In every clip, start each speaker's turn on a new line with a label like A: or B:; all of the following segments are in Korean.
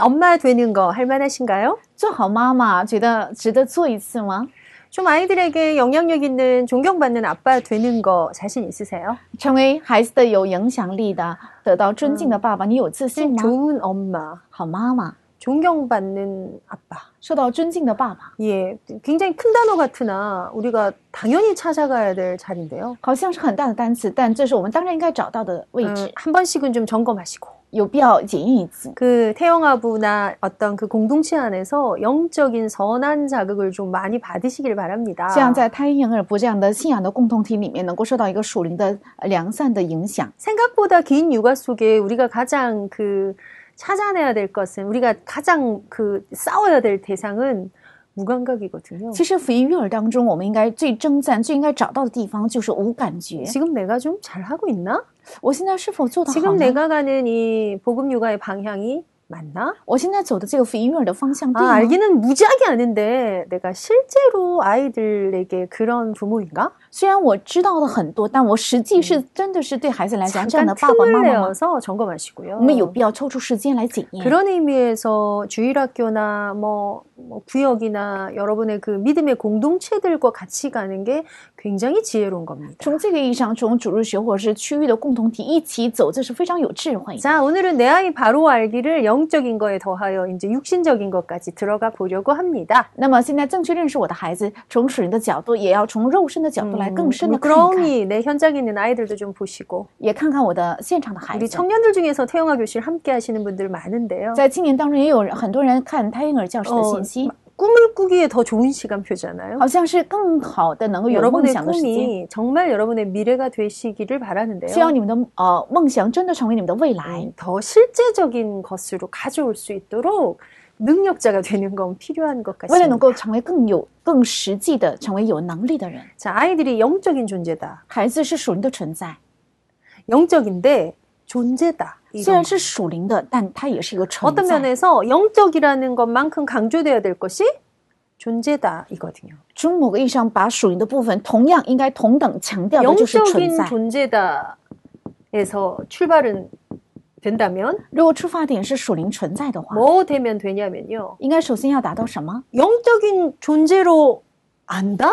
A: 엄마 되는 거 할 만하신가요?
B: 做好妈妈，觉得值得做一次吗？
A: 좀 아이들에게 영향력 있는 존경받는 아빠 되는 거 자신 있으세요?
B: 成为孩子的有影响力的、得到尊敬的爸爸，你有自信吗？
A: 좋은 엄마,
B: 好妈妈，
A: 존경받는 아빠.
B: 受到尊敬的爸爸，
A: 예, 굉장히 큰 단어 같으나 우리가 당연히 찾아가야 될 자리인데요.
B: 好像是很大的单词，但这是我们当然应该找到的位
A: 음,
B: 置，
A: 한 번씩은 좀 점검하시고.
B: 有必要检验一次。
A: 그 태영아부나 어떤 그 공동체 안에서 영적인 선한 자극을 좀 많이 받으시길 바랍니다.
B: 这样在胎婴儿部这样的信仰的共同体里面，能够受到一个属灵的呃良善的影响。
A: 생각보다 긴 육아 속에 우리가 가장 그 찾아내야 될 것은 우리가 가장 그 싸워야 될 대상은 무감각이거든요.
B: 其实福音育儿当中，我们应该最征战、最应该找到的地方就是无感觉。
A: 예? 지금 내가 좀 잘하고 있나?
B: 我现在是否做得好
A: 지금
B: 呢？
A: 내가 가는 이 복음 육아의 방향이 맞나?
B: 我现在走的这个福音育儿的方向对
A: 아,
B: 吗？
A: 알기는 무지하게 아는데 내가 실제로 아이들에게 그런 부모인가?
B: 虽然我知道了很多，但我实际是真的是对孩子来讲，这
A: 잠깐
B: 样的爸爸妈
A: 틈을
B: 妈吗，
A: 내어서 점검하시고요.
B: 我们有必要抽出时间来检验。
A: 그런 의미에서 주일학교나 뭐, 뭐 구역이나 여러분의 그 믿음의 공동체들과 같이 가는 게 굉장히 지혜로운 겁니다.
B: 从这个意义上，从主日学或者是区域的共同体一起走，这是非常有智慧的。
A: 자, 오늘은 내 아이 바로 알기를 영적인 거에 더하여 이제 육신적인 것까지 들어가 보려고 합니다.
B: 那么现在正确认识我的孩子，从属灵的角度，也要从肉身的角度来
A: 음,
B: 更深的看一看，
A: 미끄러움이 내 현장에 있는 아이들도 좀 보시고
B: 也看看我的现场的孩
A: 우리
B: 子。
A: 청년들 중에서 태영아 교실 함께 하시는 분들 많은데요.
B: 在青年当中，也有很多人看胎婴儿教室的
A: 어,
B: 信息，
A: 꿈을 꾸기에 더 좋은 시간표잖아요.
B: 好像是更好的能够有梦
A: 여러분의
B: 想的时间。
A: 꿈이 정말 여러분의 미래가 되시기를
B: 希望
A: 바라는데요.
B: 你们的呃梦想真的成为你们的未来。
A: 음, 더 실제적인 것으로 가져올 수 있도록 능력자가 되는 건 필요한 것
B: 为了
A: 같습니다.
B: 能够成为更有、更实际的成为有能力的人，
A: 자, 아이들이 영적인 존재다.
B: 孩子是属灵的存在，
A: 영적인데 존재다.
B: 虽然
A: 이런
B: 是属灵的，但它也是一个存
A: 어떤
B: 在。
A: 면에서 영적이라는 것만큼 강조되어야 될 것이 존재다 이거든요.
B: 从某个意义上，把属灵的部分同样应该同等强调的就是存
A: 영적인
B: 在。
A: 존재다에서 출발은 된다면
B: 如果出发点是属灵存在的话，
A: 뭐 되면 되냐면요.
B: 应该首先要达到什么？
A: 영적인 존재로 안다?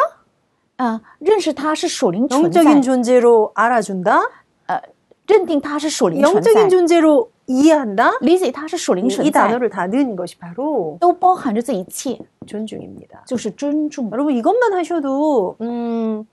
B: 呃，认识它是属灵存
A: 영적인
B: 在，
A: 존재로 알아준다?
B: 认定它是属灵存
A: 영적인
B: 在，
A: 존재로 이해한다?
B: 理解它是属灵
A: 이,
B: 存
A: 이
B: 在，
A: 단어를 다 넣은 것이 바로
B: 都包含着这一切，
A: 존중입니다.
B: 就是尊重。
A: 여러분 이것만 하셔도 음,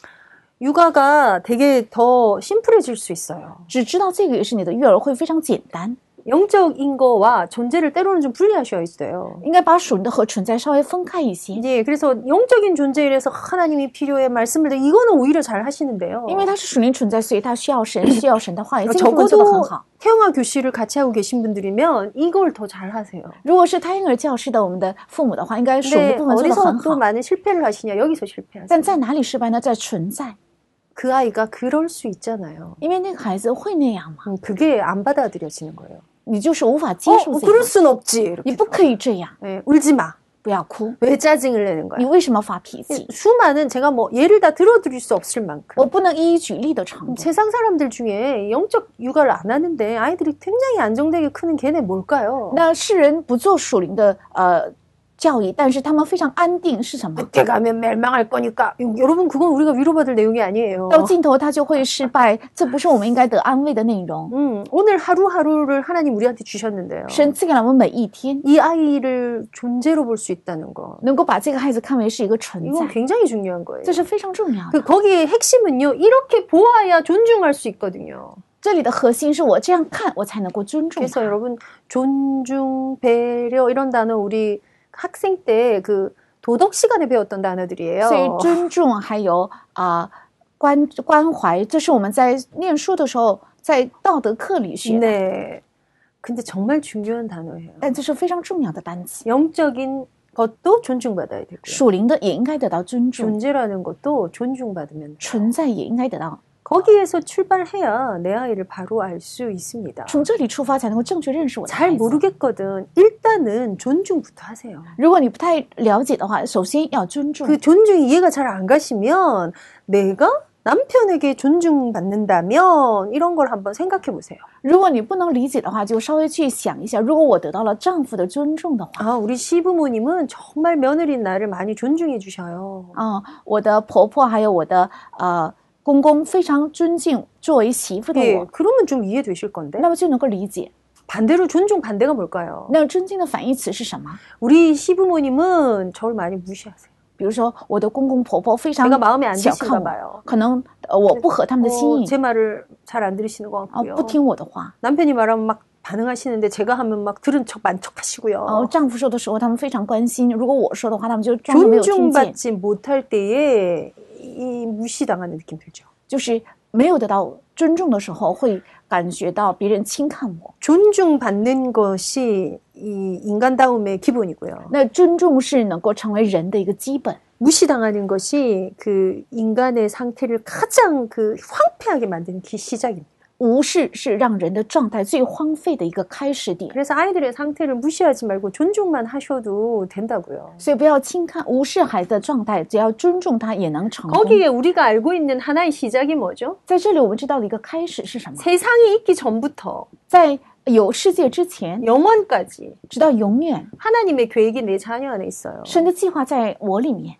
A: 육아가 되게 더 심플해질 수 있어요.
B: 只知道这个也是你的育儿会非常简单，
A: 영적인 거와 존재를 때로는 좀 분리하셔야 돼요.
B: 应该把属灵的和存在稍微分开一些。
A: 예, 그래서 영적인 존재에서 하나님이 필요해 말씀을 드려 이거는 오히려 잘 하시는데요.
B: 因为它是属灵存在，所以它需要神，需要神的话语，这个部分做得很
A: 적어도
B: 好。
A: 태영아 교실을 같이 하고 계신 분들이면 이걸 더 잘 하세요.
B: 如果是胎婴儿教室的我们的父母的话，应该属灵
A: 근데
B: 的部分做得
A: 어디서
B: 很
A: 또
B: 好。
A: 많은 실패를 하시냐? 여기서 실패하세요.
B: 但在哪里失败呢？在存在，
A: 그 아이가 그럴 수 있잖아요.
B: 因为那个孩子会那样嘛，
A: 음, 그게 안 받아들여지는 거예요.
B: 你就是无法接
A: 어,
B: 受这
A: 그럴
B: 个，
A: 순 없지.
B: 你
A: 이렇게.
B: 不可以这样，
A: 예, 울지 마.
B: 不要哭，
A: 왜 짜증을 내는
B: 你
A: 거야?
B: 为什么发脾
A: 嗯
B: 气？
A: 수많은 제가 뭐 예를 다 들어드릴 수 없을 만큼
B: 我不能一一举例的程度。
A: 세상 사람들 중에 영적 육아를 안 하는데 아이들이 굉장히 안정되게 크는 걔네 뭘까요?
B: 那世人不做属灵的呃教育，但是他们非常安定，是什么？
A: 그때 가면 멸망할 거니까 여러분 그건 우리가 위로받을 내용이 아니에요.
B: 到尽头他就会失败，这不是我们应该得安慰的内容。
A: 음, 오늘 하루하루를 하나님 우리한테 주셨는데요.
B: 神赐给了我们每一天，
A: 이 아이를 존재로 볼 수 있다는 거
B: 能够把这个孩子看为是一个存
A: 이건
B: 在，
A: 굉장히 중요한 거예요.
B: 这是非常重要的。
A: 그 거기에 핵심은요 이렇게 보아야 존중할 수 있거든요.
B: 这里的核心是我这样看，我才能够尊重
A: 그래서
B: 他。
A: 여러분 존중, 배려 이런 단어 우리 학생 때 그 도덕 시간에 배웠던 단어들이에요.
B: 所以尊重还有啊、关关怀，这是我们在念书的时候在道德课里学的，
A: 네. 근데 정말 중요한 단어예요.
B: 但这是非常重要的单词。
A: 영적인 것도 존중받아야 되고요.
B: 属灵的也应该得到尊重，
A: 존재라는 것도 존중받으면 돼요.
B: 存在也应该得到，
A: 거기에서 출발해야 내 아이를 바로 알 수 있습니다.
B: 从这里出发才能够正确认识我的
A: 잘
B: 孩子。
A: 모르겠거든. 일단은 존중부터 하세요.
B: 如果你不太了解的话，首先要尊重
A: 그 。 존중 이해가 잘 안 가시면 내가 남편에게 존중받는다면 이런 걸 한번 생각해 보세요.
B: 如果你不能理解的话，就稍微去想一下，如果我得到了丈夫的尊重的话，
A: 아, 우리 시부모님은 정말 며느리 나를 많이 존중해 주셔요.
B: 啊、我的婆婆还有我的呃公公非常尊敬作为媳妇的
A: 예,
B: 我，
A: 그러면 좀 이해되실 건데
B: 那么就能够理解。
A: 반대로 존중 반대가 뭘까요?
B: 那尊敬的反义词是什么？
A: 우리 시부모님은 저를 많이 무시하세요.
B: 比如说我的公公婆婆非常
A: 제가 마음에 안
B: 小
A: 드신가
B: 看我，
A: 봐요.
B: 可能呃我不合他们的心
A: 어,
B: 意
A: 제 말을 잘 안 들으시는 것
B: 啊、
A: 같고요.
B: 不听我的话
A: 남편이 말하면 막 반응하시는데 제가 하면 막 들은 척 만척하시고요.
B: 啊、丈夫说的时候他们非常关心，如果我说的话，他们就装作没有听见，
A: 존중받지 못할 때에 이 무시당하는 느낌 들죠.
B: 就是没有得到尊重的时候，会感觉到别人轻看我。
A: 존중받는 것이 이 인간다움의 기본이고요.
B: 那尊重是能够成为人的一个基本，
A: 무시당하는 것이 그 인간의 상태를 가장 그 황폐하게 만드는 기 시작입니다.
B: 无视是让人的状态最荒废的一个开始点。
A: 그래서 아이들의 상태를 무시하지 말고 존중만 하셔도 된다고요.
B: 所以不要轻看无视孩子的状态，只要尊重他也能成功。
A: 거기에 우리가 알고 있는 하나의 시작이 뭐죠?
B: 在这里我们知道的一个开始是什么？
A: 세상이 있기 전부터
B: 在有世界之前，
A: 영원까지
B: 直到永远，
A: 하나님의 계획이 내 자녀 안에 있어요.
B: 神的计划在我里面，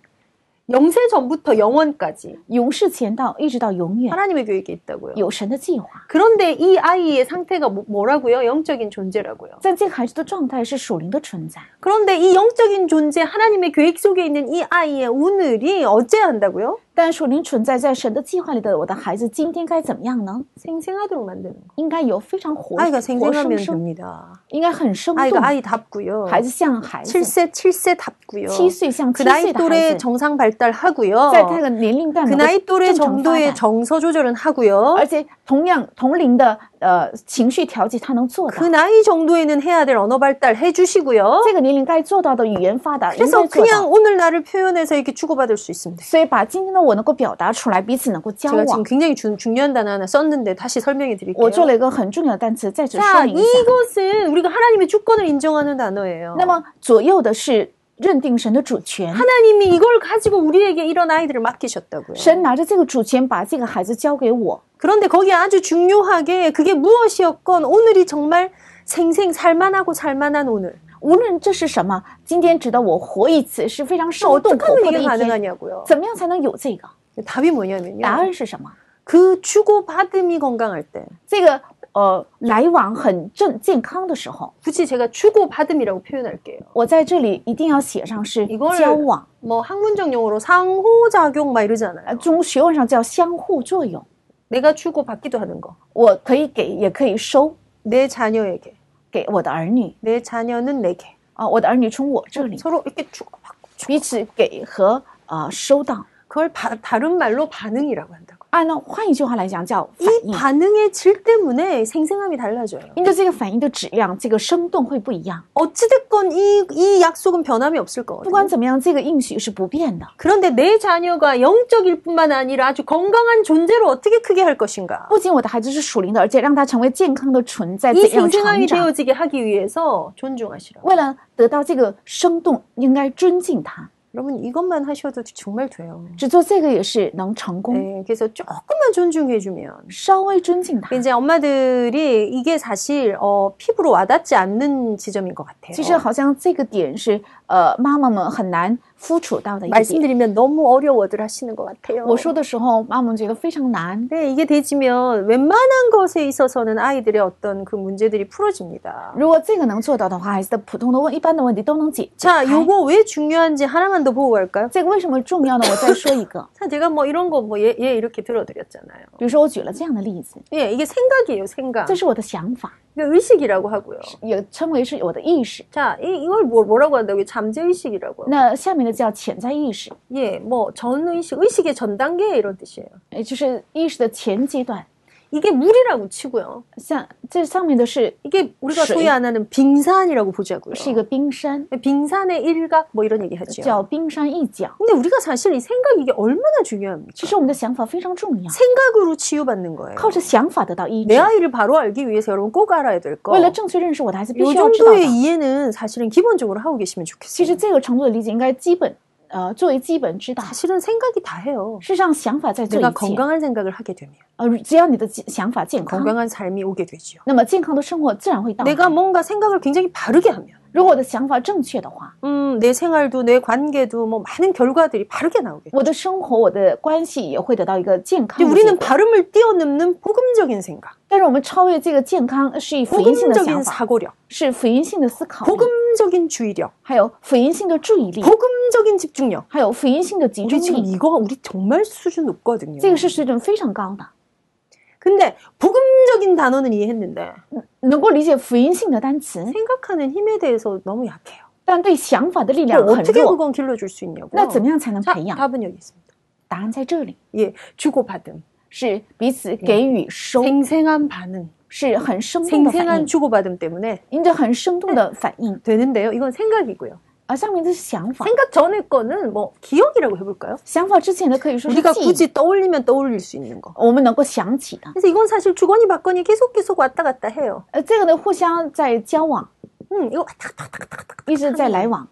A: 영세 전부터 영원까지
B: 永世前到一直到永远，
A: 하나님의 계획이 있다고요.
B: 有神的计划。
A: 그런데 이 아이의 상태가 뭐- 뭐라고요? 영적인 존재라고요.
B: 但这个孩子的状态是属灵的存在，
A: 그런데 이 영적인 존재 하나님의 계획 속에 있는 이 아이의 오늘이 어째야 한다고요?
B: 但属灵存在在神的计划里的我的孩子，今天该怎么样呢？
A: 생생하도록 만드는 거.
B: 应该有非常活
A: 예
B: 活
A: 아이가
B: 生
A: 생생하면
B: 生，
A: 됩니다.
B: 应该很生
A: 아이가
B: 动，
A: 아이답고요.
B: 孩子像孩子，
A: 7세 7세답고요.
B: 七岁像
A: 그
B: 七
A: 나이
B: 岁的孩
A: 또래
B: 子，
A: 정상 발달하고요.
B: 在这个年龄段
A: 그
B: 能够
A: 나이 또래
B: 正常发
A: 정도의
B: 展。
A: 정서 조절은 하고요.
B: 而且同样同龄的呃情绪调节，他能做到
A: 그 。 나이 정도에는 해야 될 언어 발달 해주시고요.
B: 这个年龄该做到的语言发达，应
A: 그래서
B: 该做到。
A: 그냥 오늘 나를 표현해서 이렇게 주고받을 수 있습니다.
B: 所以把今天的我能够表达出来，彼此能够交
A: 제가 지금
B: 往。
A: 굉장히 중, 중요한 단어 하나 썼는데 다시 설명해 드릴게요.
B: 我做了一个很重要的单词，再次
A: 어, 자,
B: 说明一下。
A: 이것은 우리가 하나님의 주권을 인정하는 단어예요.
B: 那么左右的是认定神的主权，
A: 하나님이 이걸 가지고 우리에게 이런 아이들을 맡기셨다고요.
B: 神拿着这个主权把这个孩子交给我。
A: 그런데 거기에 아주 중요하게 그게 무엇이었건 오늘이 정말 생생 살만하고 살만한 오늘.
B: 无论这是什么，今天值得我活一次是非常生动
A: 어떻게
B: 活泼
A: 하면
B: 的一
A: 이게
B: 天。
A: 가능하냐고요.
B: 怎么样才能有这个？
A: 답이
B: 答
A: 뭐냐면요.
B: 案是什么？
A: 그 주고받음이 건강할 때.
B: 这个呃，来往很正健康的时候，
A: 굳이 제가 주고받음이라고 표현할게요.
B: 我在这里一定要写上是
A: 이걸
B: 交往，
A: 뭐 학문적 용어로 상호작용 막 이러잖아요.
B: 呃，从学问上叫相互作用。
A: 내가 주고받기도 하는 거.
B: 我可以给，也可以收
A: 내 자녀에게.
B: 给我的儿女
A: 내 자녀는 내게
B: 啊，我的儿女从我这里
A: 서로 이렇게 주고받고
B: 彼此给和呃收到。
A: 그걸 바- 다른 말로 반응이라고 한다고.
B: 按照换一句话来讲叫反
A: 이
B: 应，
A: 반응의 질 때문에 생생함이 달라져요.
B: 因着这个反应的质量，这个生动会不一样。
A: 어찌됐건 이, 이 약속은 변함이 없을
B: 不管
A: 거거든요.
B: 怎么样，这个应许是不变的。
A: 그런데 내 자녀가 영적일 뿐만 아니라 아주 건강한 존재로 어떻게 크게 할 것인가.
B: 不仅我的孩子是属灵的，而且让他成为健康的存在，
A: 이
B: 怎样成
A: 생생함이
B: 长？
A: 되어지게 하기 위해서 존중하시라고.
B: 为了得到这个生动，应该尊敬他。
A: 여러분 이것만 하셔도 정말 돼요.
B: 只做这个也是能成功，
A: 네, 그래서 조금만 존중해주면
B: 稍微尊敬他。
A: 이제 엄마들이 이게 사실 어, 피부로 와닿지 않는 지점인 것 같아요.
B: 其实好像这个点是呃，妈妈们很难付出到
A: 哎
B: 的一个点。
A: 말씀드리면 너무 어려워들 하시는 것 같아요.
B: 我说的时候，妈妈们觉得非常难。
A: 네, 이게 되지면 웬만한 것에 있어서는 아이들의 어떤 그 문제들이 풀어집니다.
B: 如果这个能做到的话，孩子的普通的问一般的问题都能解决。
A: 자, 요거 왜 중요한지 하나만 더 보고 갈까요?
B: 这个为什么重要呢？我再说一个，
A: 자, 제가 뭐 이런 거 뭐 예, 예 이렇게 들어드렸잖아요.
B: 比如说我举了这样的例子，
A: 예, 이게 생각이에요, 생각.
B: 这是我的想法，
A: 그러니까 의식이라고 하고요.
B: 也称为是我的意识。
A: 자, 이, 이걸 뭐, 뭐라고 한다고요? 잠재의식이라고. 하고.
B: 那下面的叫潜在意识，
A: 예, 뭐 전의식, 의식의 전 단계 이런 뜻이에요.
B: 也就是意识的前阶段。
A: 이게 물이라고 치고요.
B: 像这上面的是
A: 이게 우리가
B: 수-
A: 소위 안 하는 빙산이라고 보자고요.
B: 是一个冰山，
A: 빙산의 일각 뭐 이런 얘기 하죠.
B: 叫冰山一角。
A: 근데 우리가 사실 이 생각 이게 얼마나
B: 其
A: 중요합니까?
B: 实我们的想法非常重要，
A: 생각으로 치유받는 거예요.
B: 靠着想法得到医治
A: 내 。 아이를 바로 알기 위해서 여러분 꼭 알아야 될 거.
B: 为了正确认识我的孩子，必
A: 요
B: 须要知道
A: 정도의
B: 的。
A: 이해는 사실은 기본적으로 하고 계시면
B: 其
A: 좋겠어요.
B: 实这个程度的理解应该基本呃作为基本之道。
A: 사실은 생각이 다 해요.
B: 事实上，想法在做
A: 내가
B: 一切。
A: 건강한 생각을 하게 되면
B: 呃，只要你的想法健康，
A: 건강한 삶이 오게 되지요.
B: 那么健康的生活自然会到来。
A: 내가 뭔가 생각을 굉장히 바르게 하면
B: 如果我的想法正确的话，
A: 음, 내 생활도 내 관계도 뭐 많은 결과들이 바르게 나오겠죠.
B: 我的生活、我的关系也会得到一个健康
A: 근데
B: 的结
A: 우리는
B: 果。
A: 발음을 뛰어넘는 복음적인 생각,
B: 但是我们超越这个健康是以福音性的想
A: 복음적인
B: 法，
A: 사고력,
B: 是福音性的思考力，
A: 복음적인 주의력,
B: 还有福音性的注意力，
A: 복음적인 집중력.
B: 还有福音性的集中
A: 우리 지금
B: 力。
A: 이거 우리 정말 수준 높거든요.
B: 这个是水准非常高的，
A: 근데 복음적인 단어는 이해했는데
B: 能够理解福音性的单
A: 네?
B: 词，
A: 생각하는 힘에 대해서 너무 약해요.
B: 但对想法的力量很
A: 어떻게
B: 弱。
A: 그건 길러줄 수 있냐고.
B: 那怎么样才能
A: 자,
B: 培养？
A: 답은 여기 있습니다.
B: 答案在这里，
A: 예, 주고받음.
B: 是彼此给予收，
A: 생생한 반응.
B: 是很生动的反
A: 생생한
B: 应，
A: 주고받음 때문에
B: 因着很生动的反应。
A: 되는데요. 이건 생각이고요.
B: 而上面的是想法，
A: 생각 전에 거는 뭐 기억이라고 해볼까요?
B: 想法之前的可以说是
A: 우리가
B: 记忆，
A: 굳이 떠올리면 떠올릴 수 있는 거.
B: 我们能够想起的。
A: 그래서 이건 사실 주거니 받거니 계속 계속 왔다 갔다 해요.
B: 呃，这个呢，互相在交往，
A: 음, 이거 왔다 갔다 왔다 갔다. 왔다 갔다.
B: 一直在来往，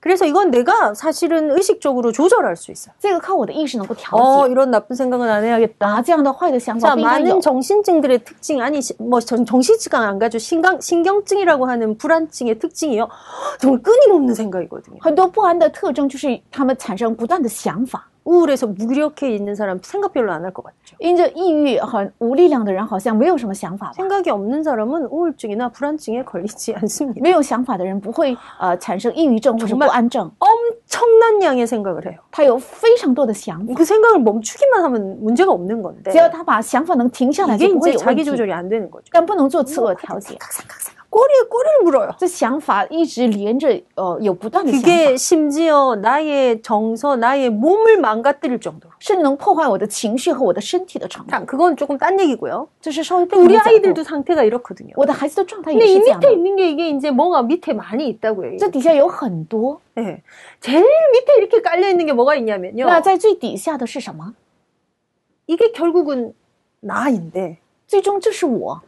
A: 그래서 이건 내가 사실은 의식적으로 조절할 수 있어요.
B: 这个靠我的意识能够调
A: 어
B: 节。
A: 이런 나쁜 생각은 안 해야겠다.
B: 啊，这样的坏的想法
A: 자
B: 不应该有
A: 많은 。 정신증들의 특징 아니 시- 뭐 정- 정신증은 안 가죠 신경 신경증이라고 하는 불안증의 특징이요 헉, 정말 끊임없는 생각이거든요.
B: 很多不安的特征就是他们产生不断的想法，
A: 우울해서 무력해 있는 사람 생각 별로 안 할 것 같죠.
B: 因着抑郁很无力量的人好像没有什么想法吧？
A: 생각이 없는 사람은 우울증이나 불안증에 걸리지 않습니다.
B: 没有想法的人不会呃产生抑郁症或是
A: 정말
B: 不安症，
A: 엄청난 양의 생각을 해요.
B: 他有非常多的想法，
A: 그 생각을 멈추기만 하면 문제가 없는 건데
B: 只要他把想法能停下来，
A: 이게
B: 就不会
A: 이제
B: 有问
A: 자기
B: 题。
A: 조절이 안 되는 거죠.
B: 但不能做自我调节，
A: 생각 생각 생각 꼬리에 꼬리를 물어요.
B: 这想法一直连着呃有不断的想法，
A: 그게 심지어 나의 정서, 나의 몸을 망가뜨릴 정도로.
B: 甚至能破坏我的情绪和我的身体的程度。
A: 자, 그건 조금 딴 얘기고요.
B: 这是稍微
A: 근데
B: 不一
A: 우리
B: 样的角度
A: 아이들도 상태가 이렇거든요. 네,
B: 我的孩子的状态
A: 음, 근데
B: 也是
A: 이
B: 这样
A: 밑에
B: 的。
A: 있는 게 이게 이제 뭐가 밑에 많이 있다고 해요.
B: 这底下有很多，
A: 네. 제일 밑에 이렇게 깔려 있는 게 뭐가 있냐면요.
B: 那在最底下的是什么？
A: 이게 결국은 나인데
B: 最终这是我，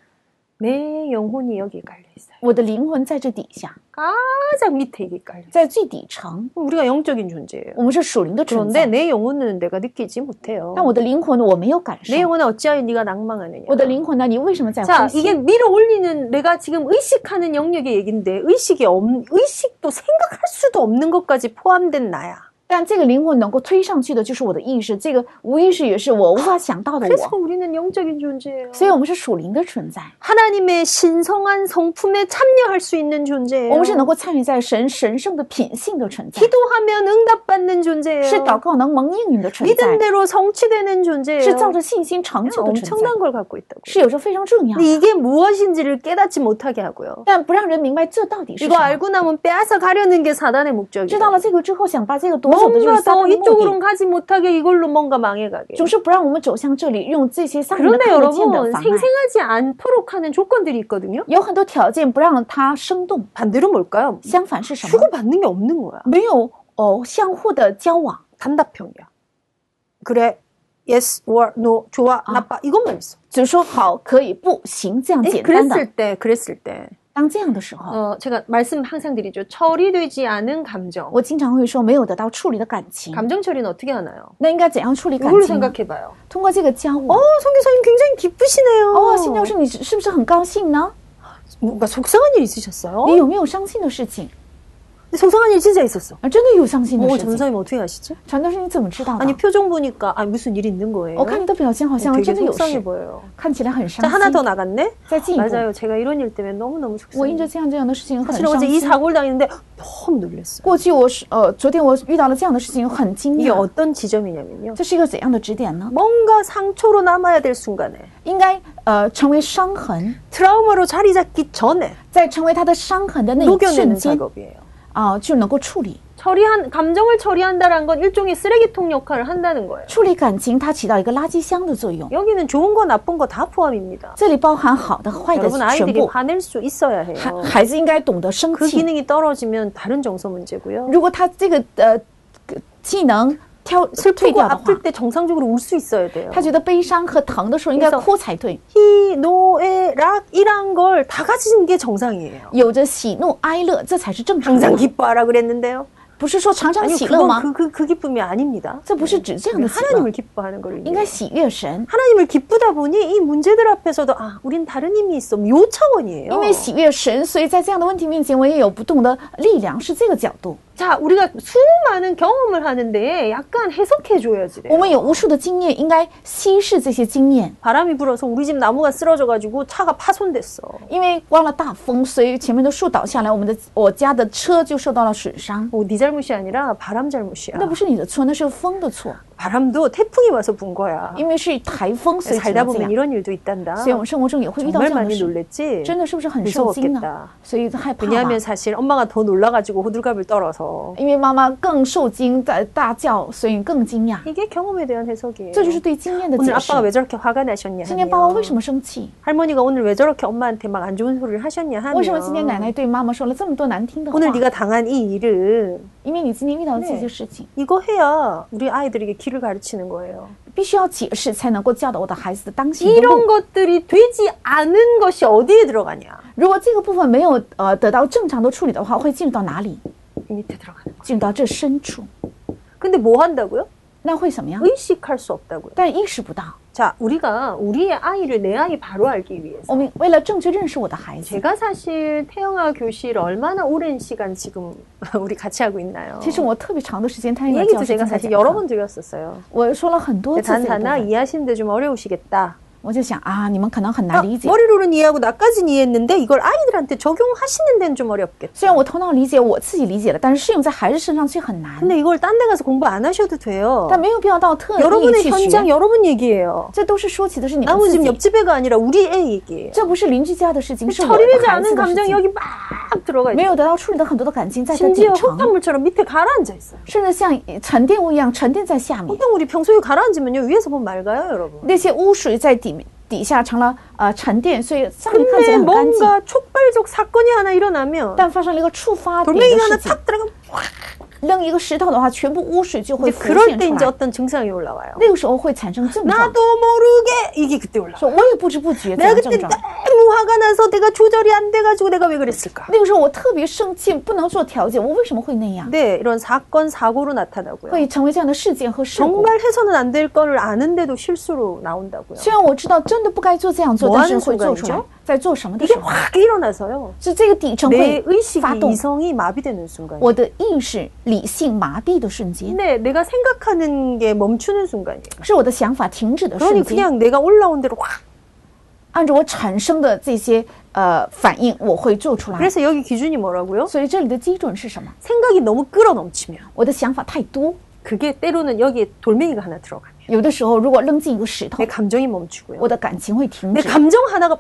A: 내 영혼이 여기 깔려 있어요.
B: 我的灵魂在这底下，
A: 가장 밑에 이게 깔려 있어요.
B: 在最底层。
A: 우리가 영적인 존재예요.
B: 我们是属灵的存
A: 그런데
B: 在，
A: 내 영혼은 내가 느끼지 못해요.
B: 但我的灵魂呢，我没有感受
A: 내 。 영혼아 어찌하여 네가 낭망하느냐.
B: 我的灵魂呢，你为什么在
A: 자,
B: 呼
A: 이게
B: 吸？
A: 밀어 올리는 내가 지금 의식하는 영역의 얘긴데 의식이 없 의식도 생각할 수도 없는 것까지 포함된 나야.
B: 但这个灵魂能够推上去的，就是我的意识。这个无意识也是我无法想到的
A: 그래서
B: 我。
A: 우리는 영적인 존재예요.
B: 所以，我们是属灵的存在，
A: 하나님의 신성한 성품에 참여할 수 있는
B: 我
A: 존재예요.
B: 们是能够参与在神神圣的品性的存在，
A: 기도하면 응답받는 존재예요.
B: 是祷告能蒙应允的存在，
A: 믿음대로 성취되는
B: 是
A: 존재예요.
B: 造着信心成
A: 그냥
B: 就的存在，
A: 엄청난 걸 갖고 있다고.
B: 是有着非常重要的
A: 근데 ， 이게 무엇인지를 깨닫지 못하게 하고요.
B: 但不让人明白这到底是什
A: 이거
B: 么。
A: 알고 나면 빼앗아 가려는 게 사단의 목적이에요.
B: 知道了这个之后，想把这个夺走的就是
A: 뭔가
B: 撒
A: 더
B: 旦的目
A: 이쪽으로는
B: 的，
A: 가지 못하게 이걸로 뭔가 망해가게.
B: 总是不让我们走向这里，用这些撒旦的
A: 그런데
B: 看不见的
A: 여러분
B: 妨碍。
A: 생생하지 뭐. 않도록 하는 조건들이 있거든요.
B: 有很多条件不让它生动。
A: 반대로 뭘까요?
B: 相反是什么？
A: 주고받는 게 없는 거야.
B: 没有哦，相互的交往，
A: 단답형이야. 그래, yes or no, 좋아,
B: 아.
A: 나빠 이것만 있어.
B: 只说好可以不行这样
A: 예,
B: 简单的。
A: 그랬을 때, 그랬을 때,
B: 当这样的时候，
A: 어, 제가 말씀 항상 드리죠. 처리되지 않은 감정.
B: 我经常会说没有得到处理的感情，
A: 감정 처리는 어떻게 하나요?
B: 那应该怎样处理感
A: 이걸로
B: 情呢？
A: 생각해봐요.
B: 通过这个交往。
A: 어, 성 기사님 굉장히 기쁘시네요.
B: 哦，新教授，你是是不是很高兴呢？
A: 뭔가 속상한 일 있으셨어요?
B: 你有没有伤心的事情？
A: 근데 속상한 일 진짜 있었어.
B: 啊，真的有伤心的
A: 어
B: 事情。
A: 전사님 어떻게 아시지?
B: 传啊道师，你怎么知道的
A: 아니 ？ 표정 보니까 아 무슨 일이 있는 거예요?
B: 我看你的表情好
A: 어,
B: 像
A: 되게
B: 真的有
A: 속상해
B: 事，
A: 보여요.
B: 看起来很伤
A: 자 하나 더
B: 心。
A: 나갔네.
B: 再进一步，
A: 맞아요. 제가 이런 일 때문에 너무 너무
B: 我因
A: 속상해요.
B: 着这样这样的事情很
A: 사실
B: 伤
A: 어제 이
B: 心。
A: 사고를 당했는데 너무 놀랐어요.
B: 过去我是呃，昨天我遇到了这样的事情，很惊
A: 이게
B: 讶。
A: 어떤 지점이냐면요.
B: 这是一个怎样的指点呢？
A: 뭔가 상처로 남아야 될 순간에
B: 应该呃成为伤痕，
A: 트라우마로 자리 잡기 전에
B: 在成为他的伤痕的那一瞬
A: 녹여내는
B: 间
A: 네, 작업이에요.
B: 啊、就能够处理
A: 처리한 감정을 처리한다라는 건 일종의 쓰레기통 역할을 한다는 거예요.
B: 处理感情，它起到一个垃圾箱的作用。
A: 여기는 좋은 거 나쁜 거 다 포함입니다.
B: 这里包含好的、坏的
A: 여러분
B: 全
A: 아이들이
B: 部。
A: 화낼 수 있어야
B: 孩
A: 해요.
B: 孩子应该懂得生
A: 뭐 그
B: 气。
A: 기능이 떨어지면 다른 정서 문제고요.
B: 如果他这个呃个技能挑退
A: 슬프고
B: 掉的话，
A: 아플 때 정상적으로 울 수 있어야 돼요.
B: 他觉得悲伤和疼的时候应该
A: 그래서
B: 哭才对。
A: 희, 노, 애, 락 이란 걸 다 가진 게 정상이에요.
B: 有着喜怒哀乐，这才是正常的
A: 哎 뭐. 항상 。 기뻐하라 그랬는데요.
B: 不是说常常
A: 아니요,
B: 喜乐
A: 그건
B: 吗？
A: 그, 그, 그 기쁨이 아닙니다.
B: 这不是指这样的喜乐，
A: 하나님을 기뻐하는 걸
B: 应
A: 얘기해요.
B: 该喜悦神，
A: 하나님을 기쁘다 보니 이 문제들 앞에서도 아, 우린 다른 힘이 있어. 요 차원이에요.
B: 因为喜悦神，所以在这样的问题面前，我也有不动的力量，是这个角度。
A: 자, 우리가 수많은 경험을 하는데 약간 해석해 줘야지
B: 我
A: 돼요.
B: 们有无数的经验，应该稀释这些经验。
A: 어, 바람이 불어서 우리 집 나무가 쓰러져 가지고 차가 파손됐어.
B: 因为刮了大风，所以前面的树倒下来，我们的我家的车就受到了损伤。
A: 뭐, 네 잘못이 아니라 바람 잘못이야.
B: 那不是你的错，那是风的错，
A: 啊 바람도 뭐- 태풍이 와서 분 거야.
B: 因为是台风，所以才
A: 살다
B: 能这
A: 보면
B: 样。
A: 이런 일도 있단다.
B: 所以我们生活中也会遇到这
A: 정말
B: 样的
A: 어, 많이
B: 事，
A: 놀랬지?
B: 真的是不是很受惊啊？
A: 무서웠겠다.
B: 所以害怕吧
A: 왜냐하면 사실 엄마가 더 놀라가지고 호들갑을 떨어서
B: 因为妈妈更受惊，在大叫，所以更惊讶。
A: 이게 경험에 대한 해석이에요.
B: 这就是对经验的
A: 오늘
B: 解
A: 아빠가 왜
B: 释。
A: 저렇게 화가 나셨냐
B: 今天爸爸为什
A: 하면
B: 么生气？
A: 할머니가 오늘 왜 저렇게 엄마한테 막 안 좋은 소리를 하셨냐
B: 为什么今天奶
A: 하면
B: 奶对妈妈说了这么多难听的话？
A: 오늘 네가 당한 이 일을
B: 因为你今天遇到了这
A: 네
B: 些事情，
A: 이거 해야 우리 아이들에게 길을 가르치는 거예요.
B: 必须要解释才能够教导我的孩子的当行的路
A: 이런 것들이 되지 않은 것이 어디에 들어가냐?
B: 如果这个部分没有呃得到正常的处理的话，会进入到哪里？
A: 이 밑에 들어가는 거.
B: 进入到这深处，
A: 근데 뭐 한다고요?
B: 那会怎么样？
A: 의식할 수 없다고요.
B: 但意识不到。
A: 자, 우리가 우리의 아이를 내 아이 바로 알기 위해서
B: 我们为了正确认识我的孩子，
A: 제가 사실 태영아 교실 얼마나 오랜 시간 지금 우리 같이 하고 있나요?
B: 其实我特别长的时间参
A: 이
B: 与了
A: 얘기도
B: 教师
A: 제가
B: 正在
A: 사실
B: 讲
A: 여러
B: 课，
A: 번 드렸었어요.
B: 我说了很多次这个部
A: 단단하
B: 分，
A: 이해하시는데 좀 어려우시겠다.
B: 我就想啊，你们可能很
A: 아,
B: 难理解。
A: 머리로는 이해하고 나까진 이해했는데 이걸 아이들한테 적용하시는 데는 좀 어렵겠다.
B: 虽然我头脑理解，我自己理解了，但是适用在孩子身上却很难。
A: 근데 이걸 딴 데 가서 공부 안 하셔도 돼요.
B: 但没有必要到特意
A: 여러분의
B: 去
A: 현장
B: 学，
A: 여러분 얘기예요.
B: 这都是说起的是你们
A: 나무
B: 自
A: 집
B: 己，
A: 옆집애가 아니라 우리 애 얘기예요.
B: 这不是邻居家的事情，是我的
A: 처리되지
B: 孩子
A: 않은
B: 的事
A: 감정이
B: 情。
A: 여기 막 들어가
B: 没
A: 있어요.
B: 有得到处理的很多的感情在他底
A: 심지어
B: 层，
A: 흙탕물처럼 밑에 가라앉아 있어요.
B: 甚至像沉淀物一样沉淀在下面。
A: 보통 우리 평소에 가라앉으면요 위에서 보면 맑아요 여러분
B: 那些污水在底底下成了呃沉淀，所以上面看起
A: 근데
B: 来很干净。
A: 뭔가 촉발적 사건이 하나 일어나면
B: 但发生了一个触发点
A: 돌멩이가 하나
B: 的事情，
A: 탁 들어가면
B: 扔一个石头的话，全部污水就会
A: 이제
B: 浮
A: 그럴
B: 现
A: 때
B: 出
A: 이제
B: 来。
A: 어떤 증상이 올라와요
B: 那个时候会产生症状，
A: 나도 모르게 이게 그때 올라와요
B: 说我也不知不觉这
A: 내가
B: 样
A: 어, 그때
B: 症状。
A: 너무 화가 나서 내가 조절이 안 돼가지고 내가 왜 그랬을까
B: 那个时候我特别生气，不能做调节，我为什么会那样？
A: 네, 이런 사건 사고로 나타나고요
B: 会成为这样的事件和事故。
A: 정말 해서는 안 될 거를 아는데도 실수로 나온다고요
B: 虽然我知道真的不该做这样做，
A: 뭐
B: 但是
A: 하는
B: 会做出
A: 순간이죠
B: 来。在做什么的
A: 이게
B: 时候，
A: 확 일어나서요
B: 是这个底层
A: 내
B: 会
A: 의식이
B: 发动
A: 이성이 마비되는 순간이에요
B: 我的意识、理性麻痹的瞬间，
A: 근데 내가 생각하는 게 멈추는 순간이에요
B: 是我的想法停止的
A: 그러니
B: 瞬间。
A: 그냥 내가 올라온 대로 확
B: 按照我产生的这些呃反应，我会做出来。
A: 그래서 여기 기준이 뭐라고요?
B: 所以这里的基准是什么？
A: 생각이 너무 끌어넘치면
B: 我的想法太多，
A: 그게 때로는 여기에 돌멩이가 하나 들어가면
B: 有的时候如果扔进一个石头
A: 내 ， 감정이 멈추고요.
B: 我的感情会停
A: 내
B: 止。
A: 감정 하나가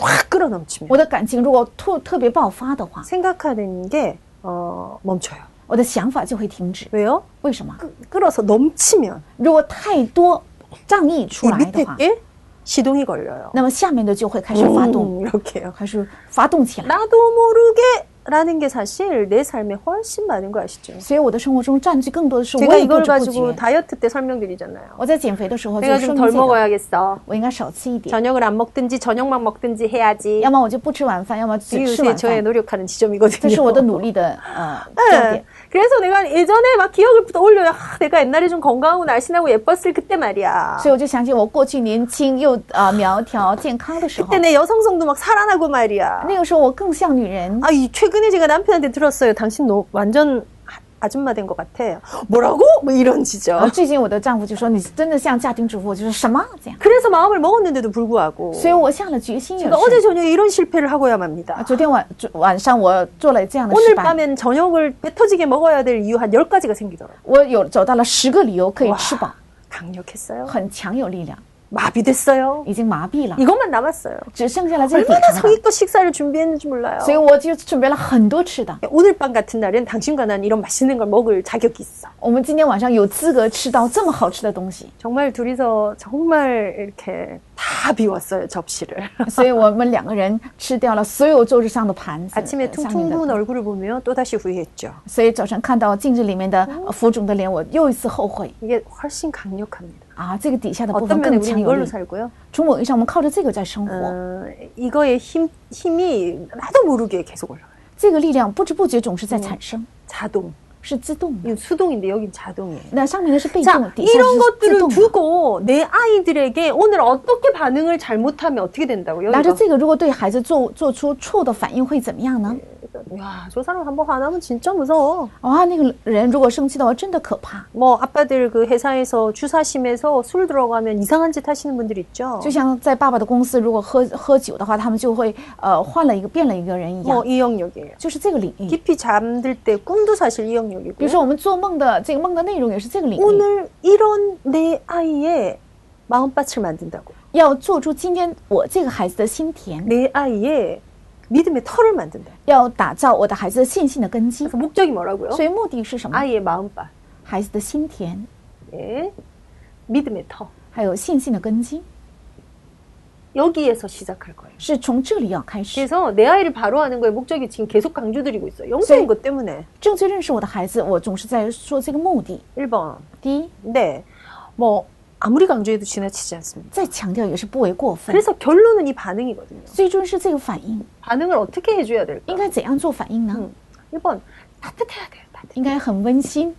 A: 확 끌어넘치면
B: 我的感情如果特特别爆发的话，
A: 생각하는 게 어, 멈춰요.
B: 我的想法就会停止。
A: 왜요?
B: 为什么？
A: 끄- 끌어서 넘치면
B: 如果太多仗义出
A: 이
B: 来的
A: 밑에
B: 话，
A: 게 시동이 걸려요.
B: 那么下面的就会开始发动，
A: 음, 이렇게요.
B: 开始发动起来。
A: 나도 모르게 라는 게 사실 내 삶에 훨씬 많은 거 아시죠?
B: 所以我的生活中占据更多的是我
A: 제가
B: 也不
A: 이걸
B: 知不
A: 가지고
B: 觉。
A: 다이어트 때 설명드리잖아요.
B: 我在减肥的时候就
A: 내가 좀
B: 说明
A: 덜
B: 这个，
A: 먹어야겠어.
B: 我应该少吃一点，
A: 저녁을 안 먹든지 저녁만 먹든지 해야지.
B: 要么我就不吃晚饭，要么只
A: 이게
B: 吃
A: 요새
B: 晚
A: 저의
B: 饭。
A: 노력하는 지점이거든요.
B: 这是我的努力的呃焦
A: 네.
B: 点。
A: 그래서 내가 예전에 막 기억을 떠올려요. 아, 내가 옛날에 좀 건강하고 날씬하고 예뻤을 그때 말이야.
B: 所以我就想起我过去年轻又啊、呃苗条健康的时候
A: 그때 ，내 여성성도 막 살아나고 말이야.
B: 那个时候我更像女人。
A: 아, 이 최근에 제가 남편한테 들었어요. 당신 너 완전 아- 아줌마 된 것 같아. 뭐라고? 뭐 이런
B: 呃
A: 지적.
B: 最近我的丈夫就说你真的像家庭主妇，我就说什么啊这样。
A: 그래서 마음을 먹었는데도 불구하고
B: 所以哦我下了决心也
A: 제가
B: 是
A: 어제 。 저녁에 이런 실패를 하고야
B: 啊
A: 맙니다.
B: 昨天晚昨晚上我做了这样的失
A: 오늘
B: 败，
A: 밤엔 저녁을 배 터지게 먹어야 될 이유 한 10가지가 생기더라고요.
B: 我有找到了十个理由可以吃饱，
A: 강력했어요.
B: 很强有力量，
A: 마비됐어요.
B: 已经麻痹了，
A: 이것만 남았어요.
B: 只剩下了这个底
A: 얼마나
B: 层了。
A: 성의껏 식사를 준비했는지 몰라요.
B: 所以我就准备了很多吃的。
A: 오늘 밤 같은 날엔 당신과 난 이런 맛있는 걸 먹을 자격이 있어.
B: 我们今天晚上有资格吃到这么好吃的东西，
A: 정말 둘이서 정말 이렇게 다 비웠어요 접시를.
B: 所以我们两个人吃掉了所有桌子上的盘子。
A: 아침에
B: 上啊面
A: 퉁퉁
B: 的
A: 부은 얼굴을 보며 네, 또 다시 후회했죠.
B: 所以早晨看到镜子里面的呃浮肿的脸，我又一次后悔
A: 이게 훨씬 강력합니다.
B: 啊！这个底下的部
A: 아, 어떤 면에
B: 分更
A: 우리
B: 强有
A: 이걸로
B: 力。
A: 살고요.
B: 从某意义上，我们靠着这个在生活，
A: 어, 이거의 힘 힘이 나도 모르게 계속 올라가요.
B: 这个力量不知不觉总是在产生。
A: 자동.
B: 是自动的，
A: 이건 수동인데 여긴 자동이에요.
B: 나上面的是被动
A: 자
B: 底下是
A: 이런
B: 自
A: 것들을
B: 动的
A: 두고 내 아이들에게 오늘 어떻게 반응을 잘못하면 어떻게 된다고요?
B: 拿着
A: 이거.
B: 这个，如果对孩子做做出错的反应会怎么样呢？
A: 야, 저 사람 한번 화나면 진짜 무서워.
B: 哇，那个人如果生气的话，真的可怕。
A: 뭐 아빠들 그 회사에서 주사 심해서 술 들어가면 이상한 짓 하시는 분들 있죠.
B: 就像在爸爸的公司，如果喝喝酒的话，他们就会呃换了一个变了一个人一样，
A: 뭐 이 영역이에요.
B: 就是这个领域。
A: 깊이 잠들 때 꿈도 사실 이
B: 比
A: 영역이고.
B: 如说我们做梦的这个梦的内容也是这个领域，
A: 오늘 이런 내 아이의 마음밭을 만든다고.
B: 要做出今天我这个孩子的心田，
A: 내 아이의 믿음의 털을 만든다.
B: 要打造我的孩子的信心的根基。
A: 그래서 목적이 뭐라고요?
B: 所以目的是什么？
A: 아이의 마음밭,
B: 孩子的心田，
A: 예. 믿음의 터.
B: 还有信心的根基，
A: 여기에서 시작할 거예요.
B: 是从这里要开始。
A: 그래서 내 아이를 바로 하는 거에 목적이 지금 계속 강조드리고 있어요. 영적인 것 때문에.
B: 正确认识我的孩子，我总是在说这个目的。
A: 1번.
B: 第一，
A: 네. 뭐 아무리 강조해도 지나치지 않습니다.
B: 再强调也是不为过分。
A: 네. 그래서 결론은 이 반응이거든요.
B: 最终是这个反应，
A: 반응을 어떻게 해줘야
B: 应
A: 될까?
B: 该怎样做反应呢？
A: 1번 따뜻해야 돼요. 따뜻.
B: 应该很温馨。